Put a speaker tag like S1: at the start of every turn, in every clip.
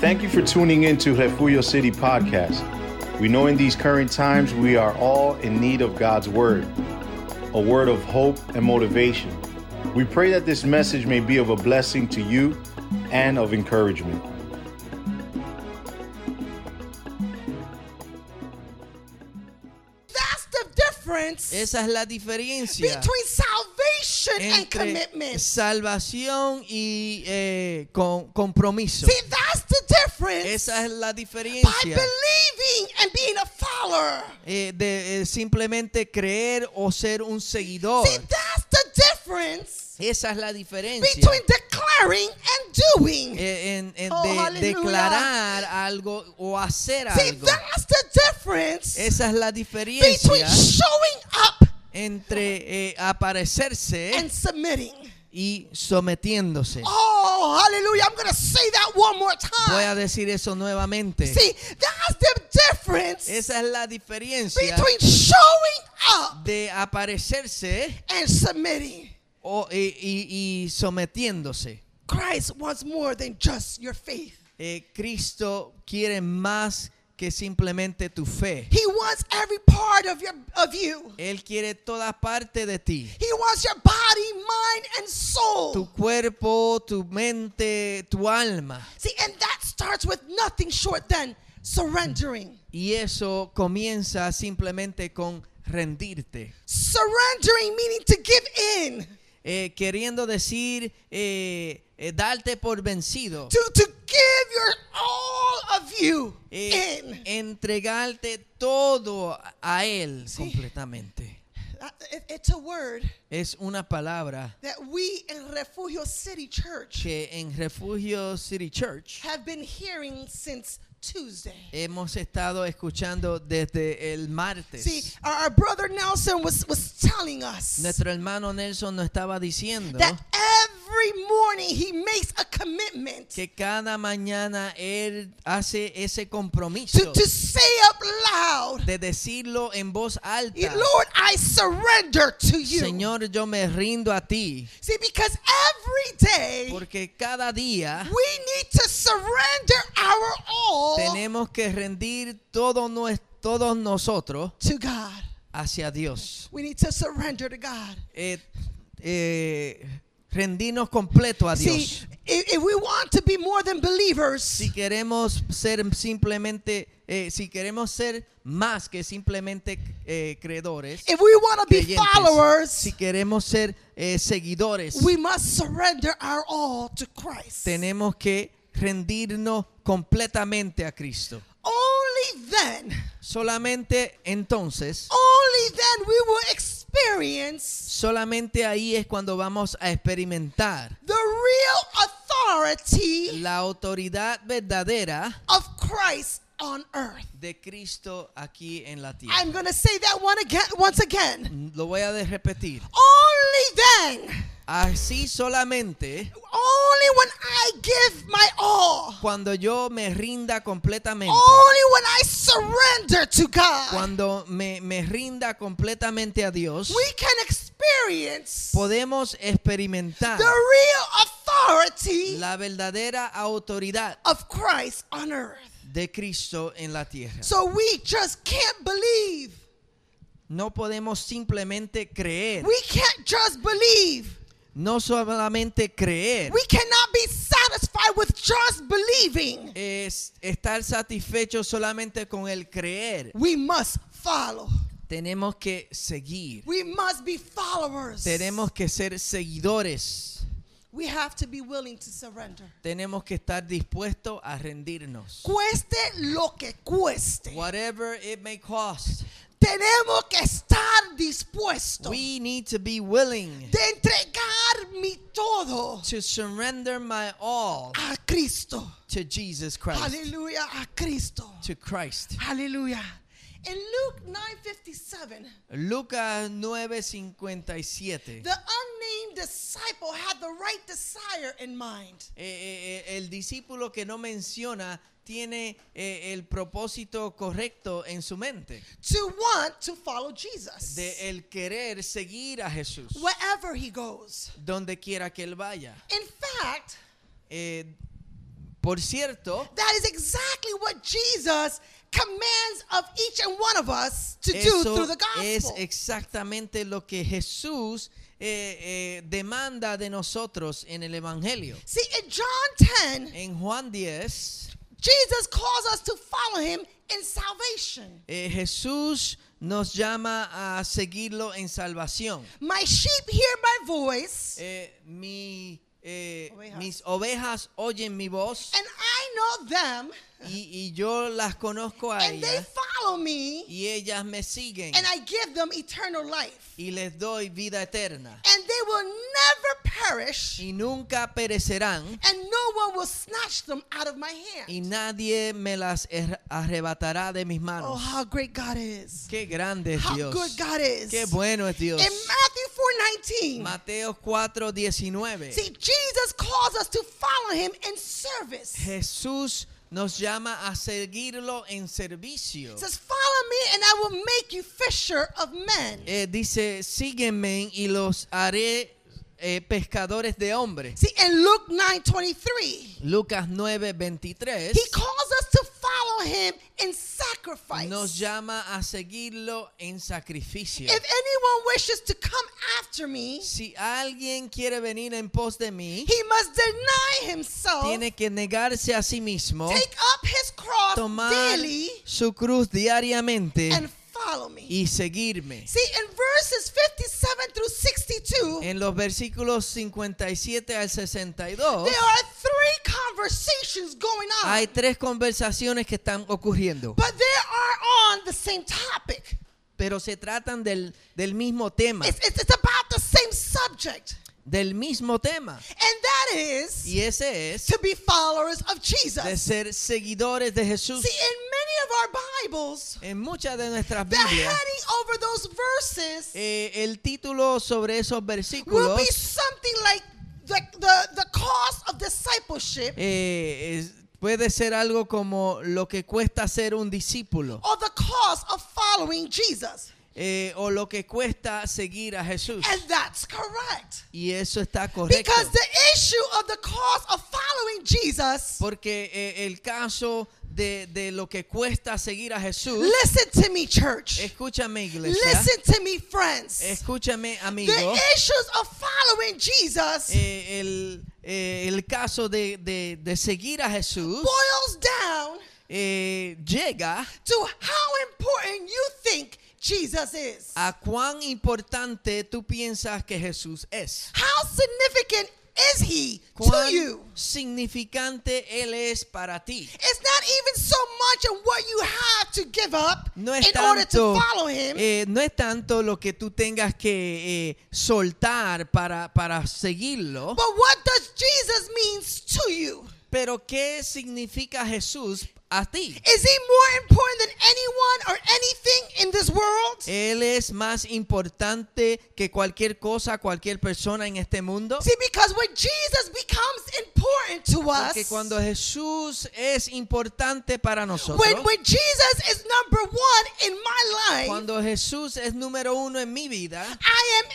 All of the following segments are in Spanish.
S1: Thank you for tuning in to Refugio City Podcast. We know in these current times we are all in need of God's word, a word of hope and motivation. We pray that this message may be of a blessing to you and of encouragement.
S2: That's the difference
S3: Esa es la diferencia
S2: between salvation and
S3: entre
S2: commitment.
S3: salvación y eh, con- compromiso.
S2: See, that's the difference
S3: Esa es la
S2: by
S3: diferencia
S2: believing and being a follower.
S3: eh, de eh, simplemente creer o ser un seguidor.
S2: See, that's the difference
S3: Esa es la diferencia
S2: between declaring and doing.
S3: eh, en- en
S2: Oh,
S3: de
S2: hallelujah.
S3: declarar algo o hacer
S2: See,
S3: algo.
S2: that's the difference
S3: Esa es la diferencia
S2: between showing up
S3: entre eh, aparecerse
S2: and submitting.
S3: y sometiéndose.
S2: Oh, hallelujah. I'm going to say that one more
S3: Voy a
S2: time.
S3: decir eso nuevamente.
S2: See, that's the difference
S3: Esa es la diferencia
S2: between showing up
S3: de aparecerse
S2: and submitting.
S3: o- y, y- y sometiéndose.
S2: Christ wants more than just your faith.
S3: Eh, Cristo quiere más que simplemente tu fe.
S2: He wants every part of your of you.
S3: Él quiere toda parte de ti.
S2: He wants your body, mind, and
S3: Tu
S2: soul.
S3: cuerpo, tu mente, tu alma.
S2: See, and that starts with nothing short than surrendering.
S3: Y eso comienza simplemente con rendirte.
S2: Surrendering meaning to give in,
S3: Eh, queriendo decir, eh, eh, darte por vencido.
S2: to, to give your all of you
S3: Eh,
S2: in.
S3: entregarte todo a Él completamente.
S2: Uh, it- It's a word
S3: Es una palabra
S2: that we in Refugio City Church
S3: que en Refugio City Church
S2: have been hearing since Tuesday.
S3: hemos estado escuchando desde el
S2: See,
S3: martes.
S2: our, our brother Nelson was, was telling us
S3: Nuestro hermano Nelson nos estaba diciendo
S2: that every morning he makes a commitment
S3: que cada mañana Él hace
S2: to,
S3: ese compromiso
S2: to say up loud,
S3: de decirlo en voz alta.
S2: Lord, I surrender to you.
S3: Señor, yo me rindo a ti
S2: See, because every day we
S3: porque cada día
S2: need to surrender our all
S3: tenemos que rendir todo nues- todos nosotros
S2: to God.
S3: hacia Dios.
S2: We need to surrender to God.
S3: Eh, eh, rendirnos completo a
S2: See,
S3: Dios.
S2: if, if we want to be more than believers,
S3: Si queremos ser simplemente, eh, si queremos ser más que simplemente eh, creedores,
S2: if we want to be
S3: creyentes,
S2: followers,
S3: si queremos ser eh, seguidores,
S2: we must surrender our all to Christ.
S3: tenemos que rendirnos completamente a Cristo.
S2: Only then,
S3: Solamente entonces,
S2: only then we will experience
S3: solamente ahí es cuando vamos a experimentar
S2: the real authority
S3: la autoridad verdadera
S2: of Christ on earth.
S3: de Cristo aquí en la tierra.
S2: I'm going to say that one again once again.
S3: Lo voy a de- repetir.
S2: Only then,
S3: Así solamente
S2: only when I give my all,
S3: cuando yo me rinda completamente,
S2: only when I surrender to Oh God,
S3: cuando me, me rinda completamente a Dios,
S2: we can experience the
S3: podemos experimentar
S2: real authority
S3: la verdadera autoridad
S2: of Christ on earth.
S3: de Cristo en la tierra.
S2: So we just can't believe.
S3: No podemos simplemente creer,
S2: We can't just believe.
S3: no solamente creer,
S2: We cannot be satisfied with just believing.
S3: es estar satisfecho solamente con el creer.
S2: We must follow.
S3: Tenemos que seguir.
S2: We must be followers.
S3: Tenemos que ser seguidores.
S2: We have to be willing to surrender.
S3: Tenemos que estar dispuestos a rendirnos.
S2: Cueste lo que cueste.
S3: Whatever it may cost,
S2: Tenemos que estar dispuestos
S3: we need to be willing
S2: de entregar mi todo
S3: to surrender my all
S2: a Cristo.
S3: to Jesus Christ.
S2: Aleluya, a Cristo.
S3: To Christ.
S2: Aleluya. In Luke 9:57,
S3: Lucas 9:57.
S2: the unnamed disciple had the right desire in mind.
S3: Eh, eh, eh, el discípulo que no menciona tiene eh, el propósito correcto en su mente
S2: to want to follow Jesus
S3: de el querer seguir a Jesús
S2: wherever he goes.
S3: donde quiera que él vaya.
S2: In fact,
S3: Eh, Por cierto,
S2: That is exactly what Jesus commands of each and one of us to do
S3: eso
S2: through the
S3: es
S2: gospel.
S3: exactamente lo que Jesús eh, eh, demanda de nosotros en el Evangelio.
S2: See, in John 10,
S3: En Juan 10,
S2: Jesus calls us to follow him in salvation.
S3: eh, Jesús nos llama a seguirlo en salvación.
S2: My sheep hear my voice,
S3: Eh, mi, eh,
S2: Ovejas.
S3: Mis ovejas oyen mi voz
S2: and I know them,
S3: y, y yo las conozco a
S2: and they
S3: ellas
S2: follow me,
S3: y ellas me siguen
S2: and I give them eternal life.
S3: y les doy vida eterna
S2: And they will never perish,
S3: y nunca perecerán
S2: and no one will snatch them out of my
S3: y
S2: hand.
S3: nadie me las er- arrebatará de mis
S2: Oh,
S3: manos.
S2: how great God is!
S3: Qué grande es
S2: How
S3: Dios.
S2: good God is!
S3: Qué bueno es Dios.
S2: In Matthew 4:19,
S3: Mateo 4:19.
S2: see Jesus calls us to follow him in service. He
S3: Jesús nos llama a seguirlo en servicio.
S2: says, "Follow me and I will make you fisher of men."
S3: Eh, dice, sígueme y los haré eh, pescadores de hombres.
S2: See, in Luke 9:23,
S3: Lucas 9:23
S2: he calls us to follow him in sacrifice.
S3: nos llama a seguirlo en sacrificio.
S2: If anyone wishes to come after me,
S3: Si alguien quiere venir en pos de mí,
S2: he must deny himself,
S3: tiene que negarse a sí mismo,
S2: take up his cross
S3: tomar
S2: daily,
S3: su cruz diariamente
S2: and follow me.
S3: y seguirme.
S2: See, in verses 57 through 62,
S3: En los versículos 57 al 62
S2: there are three conversations going on,
S3: hay tres conversaciones que están ocurriendo,
S2: but they are on the same topic.
S3: pero se tratan del, del mismo tema,
S2: It's, it's, it's about the same subject,
S3: del mismo tema.
S2: and that is
S3: Y ese es
S2: to be followers of
S3: de
S2: Jesus.
S3: ser seguidores de Jesús.
S2: See, in many of our Bibles,
S3: En muchas de nuestras
S2: the
S3: Biblias,
S2: heading over those verses
S3: eh, el título sobre esos
S2: will
S3: versículos
S2: be something like like the, the cost of discipleship
S3: eh, es- puede ser algo como lo que cuesta ser un discípulo
S2: or the cost of following Jesus.
S3: eh, o lo que cuesta seguir a Jesús.
S2: And that's correct.
S3: Y eso está correcto.
S2: Because the issue of the cost of following Jesus,
S3: Porque eh, el caso de, de lo que cuesta seguir a Jesús,
S2: listen to me, church.
S3: escúchame iglesia,
S2: Listen to me, friends.
S3: escúchame amigo,
S2: The issues of following Jesus
S3: eh, el, eh, el caso de, de- de seguir a Jesús
S2: boils down
S3: eh, llega
S2: to how important you think Jesus is.
S3: a cuán importante tú piensas que Jesús es.
S2: How significant is he to
S3: Cuán
S2: you?
S3: significante Él es para ti.
S2: It's not even so much of what you have to give up
S3: No es,
S2: in order to
S3: tanto,
S2: follow him.
S3: eh, no es tanto lo que tú tengas que eh, soltar para, para seguirlo,
S2: But what does Jesus means to you?
S3: pero ¿qué significa Jesús a ti?
S2: Is he more important than anyone or anything in this world?
S3: Él es más importante que cualquier cosa, cualquier persona en este mundo.
S2: See, because when Jesus becomes important to
S3: Porque
S2: us,
S3: cuando Jesús es importante para nosotros,
S2: when, when Jesus is number one in my life,
S3: cuando Jesús es número uno en mi vida,
S2: I am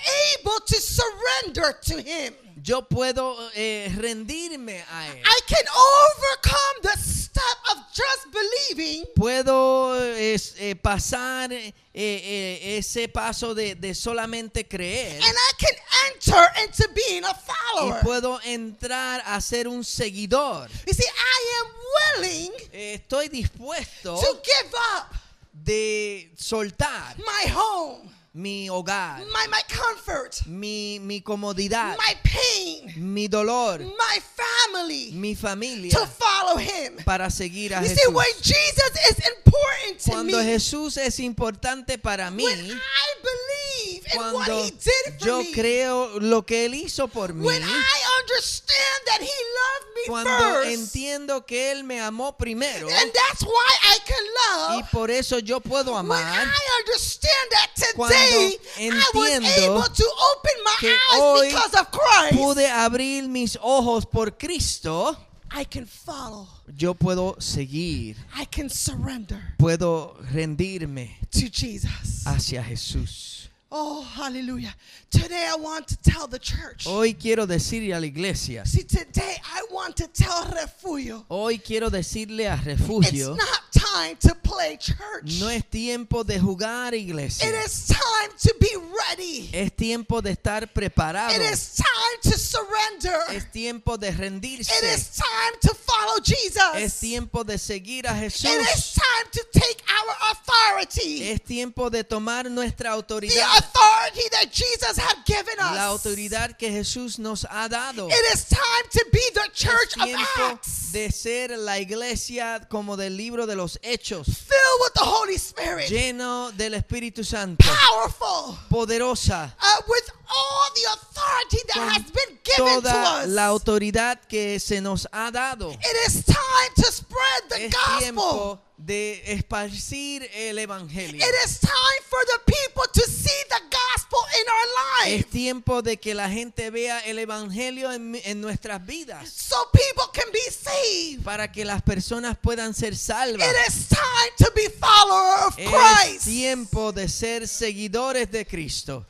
S2: able to surrender to him.
S3: yo puedo eh, rendirme a Él.
S2: I can overcome the step of just believing
S3: Puedo es, eh, pasar eh, eh, ese paso de, de solamente creer
S2: and I can enter into being a follower.
S3: Eh. y puedo entrar a ser un seguidor.
S2: You see, I am willing
S3: Eh, Estoy dispuesto
S2: to give up
S3: de soltar
S2: my home,
S3: mi hogar,
S2: my, my comfort,
S3: mi, mi comodidad,
S2: my pain,
S3: mi dolor,
S2: my family
S3: mi familia
S2: to follow him.
S3: para seguir a
S2: You see,
S3: Jesús.
S2: when Jesus is important to
S3: Cuando
S2: me,
S3: Jesús es importante para mí,
S2: when I believe in what
S3: cuando
S2: he did for
S3: yo
S2: me,
S3: creo lo que Él hizo por mí,
S2: when I understand that he loved me
S3: cuando
S2: first,
S3: entiendo que Él me amó primero
S2: and that's why I can
S3: y
S2: love.
S3: por eso yo puedo
S2: When
S3: amar,
S2: I understand that
S3: Cuando
S2: today I was
S3: entiendo
S2: able to open my
S3: que
S2: eyes
S3: hoy
S2: because of Christ,
S3: pude abrir mis ojos por Cristo,
S2: I can follow.
S3: yo puedo seguir,
S2: I can surrender
S3: puedo rendirme Ah.
S2: to Jesus.
S3: hacia Jesús.
S2: Oh, hallelujah. Today I want to tell the church.
S3: Hoy quiero decirle a la iglesia,
S2: See, today I want to tell Refugio.
S3: hoy quiero decirle a
S2: It's
S3: refugio,
S2: not time to play church.
S3: no es tiempo de jugar iglesia,
S2: It is time to be ready.
S3: es tiempo de estar preparado,
S2: It is time to surrender.
S3: es tiempo de
S2: It
S3: rendirse,
S2: is time to follow
S3: es
S2: Jesus. It
S3: tiempo de seguir a Jesús,
S2: is time to take our authority.
S3: es tiempo de tomar nuestra
S2: The
S3: autoridad,
S2: authority that Jesus had given
S3: la
S2: us. It
S3: autoridad que Jesús nos ha dado.
S2: is time to be the
S3: Es
S2: church of
S3: tiempo
S2: Acts.
S3: de ser la iglesia como del libro de los hechos,
S2: Filled with the Holy Spirit.
S3: lleno del Espíritu Santo,
S2: Powerful.
S3: poderosa,
S2: uh, with all the authority that
S3: Con
S2: has been given to
S3: toda
S2: us.
S3: la autoridad que se nos ha dado.
S2: It is time to spread the
S3: Es
S2: gospel.
S3: tiempo de esparcir el evangelio.
S2: It is time for the people to see the gospel in our
S3: Es
S2: life
S3: tiempo de que la gente vea el evangelio en, mi- en nuestras vidas
S2: so people can be saved.
S3: para que las personas puedan ser salvas.
S2: It is time to be follower of
S3: Es
S2: Christ.
S3: tiempo de ser seguidores de Cristo.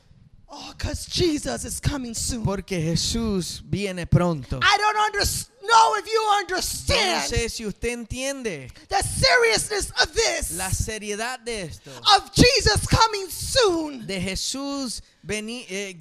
S2: Oh, because Jesus is coming soon.
S3: Porque Jesús viene pronto.
S2: I don't underst- know if you
S3: No
S2: understand
S3: sé si usted entiende
S2: the seriousness of this,
S3: la seriedad de esto.
S2: of Jesus coming soon.
S3: De Jesús veni- eh,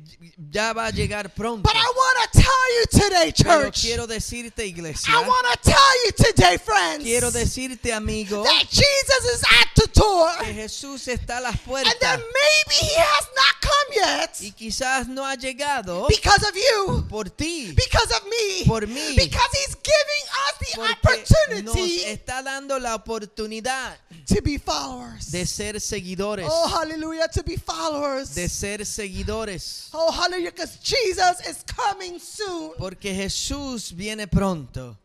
S3: ya va a llegar pronto.
S2: But I want to tell you today,
S3: Pero
S2: church.
S3: quiero decirte, iglesia.
S2: I want to tell you today, friends,
S3: Quiero decirte, amigo,
S2: that Jesus is at the door,
S3: que Jesús está a las
S2: and that
S3: puertas
S2: maybe he has not come yet
S3: y quizás no ha llegado
S2: because of you,
S3: por ti,
S2: because of me,
S3: Por mí.
S2: because he's giving us the
S3: porque nos
S2: opportunity
S3: está dando la oportunidad
S2: to be followers.
S3: de ser seguidores,
S2: oh, hallelujah, to be followers.
S3: de ser seguidores,
S2: oh, hallelujah, because Jesus is coming soon.
S3: porque Jesús viene pronto.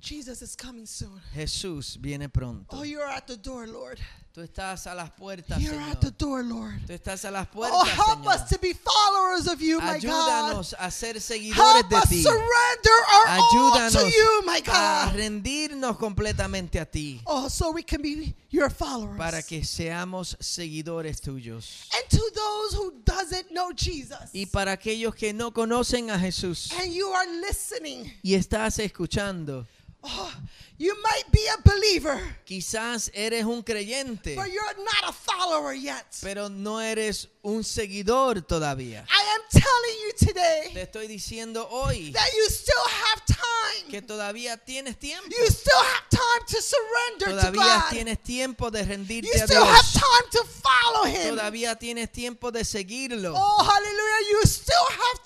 S2: Jesus is coming soon.
S3: Jesús viene
S2: Oh,
S3: pronto.
S2: you're at the door, Lord.
S3: Tú estás a las puertas,
S2: You're
S3: Señor.
S2: at the door, Lord.
S3: Tú estás a las
S2: Oh,
S3: puertas,
S2: help
S3: Señor.
S2: us to be followers of you, my God.
S3: Ayúdanos a ser seguidores
S2: Help
S3: de
S2: us
S3: ti.
S2: surrender our all
S3: Ayúdanos
S2: to you, my
S3: a
S2: God.
S3: rendirnos completamente a ti
S2: Oh, so we can be your followers.
S3: para que seamos seguidores tuyos.
S2: And to those who doesn't know Jesus,
S3: Y para aquellos que no conocen a Jesús
S2: and you are listening,
S3: y estás escuchando,
S2: oh, you might be a believer,
S3: quizás eres un creyente,
S2: but you're not a follower yet.
S3: pero no eres un seguidor todavía.
S2: I am telling you
S3: Te
S2: today
S3: estoy diciendo hoy
S2: that you still have time.
S3: que todavía tienes tiempo.
S2: You still have time to surrender to
S3: Todavía
S2: God.
S3: tienes tiempo de
S2: You
S3: rendirte a
S2: still have
S3: Dios.
S2: time to follow Him.
S3: Todavía tienes tiempo de seguirlo.
S2: Oh, hallelujah. You still have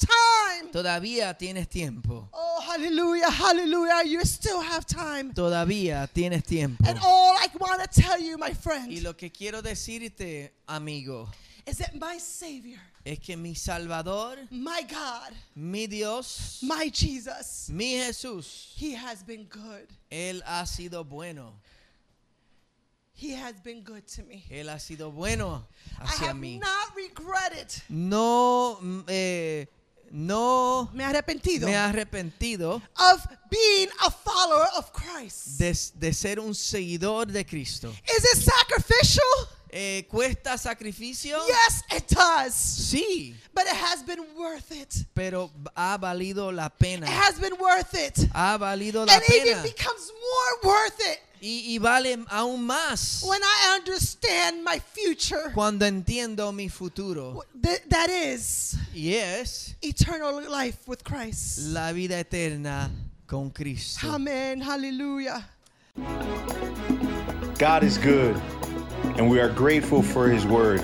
S2: time.
S3: Todavía tienes tiempo.
S2: Oh, hallelujah, hallelujah. You still have time.
S3: Todavía tienes tiempo.
S2: And oh. all I want to tell you, my
S3: Y
S2: friend,
S3: lo que quiero decirte, amigo,
S2: is that my Savior,
S3: es que mi Salvador,
S2: my God,
S3: mi Dios,
S2: my Jesus,
S3: mi Jesús,
S2: He has been good.
S3: Él ha sido bueno.
S2: He has been good to me.
S3: Él ha sido bueno
S2: I
S3: hacia
S2: have
S3: mí.
S2: not regretted.
S3: No, mm, eh, no
S2: Me he arrepentido
S3: me he arrepentido
S2: of being a follower of Christ.
S3: de, de ser un seguidor de Cristo.
S2: Is it sacrificial?
S3: Eh, ¿Cuesta sacrificio?
S2: Yes, it does.
S3: Sí,
S2: But it has been worth it.
S3: pero ha valido la
S2: It
S3: pena.
S2: has been worth it.
S3: Ha valido la
S2: And even
S3: pena.
S2: becomes more worth it
S3: Y, y vale aún más
S2: when I understand my future.
S3: cuando entiendo mi futuro.
S2: Th- that is
S3: Y es
S2: eternal life with Christ.
S3: la vida eterna con Cristo.
S2: Amen. Hallelujah.
S1: God is good, and we are grateful for His word.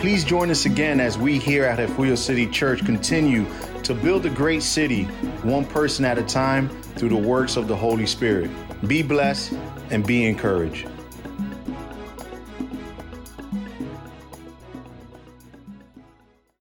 S1: Please join us again as we here at Refugio City Church continue to build a great city, one person at a time, through the works of the Holy Spirit. Be blessed and be encouraged.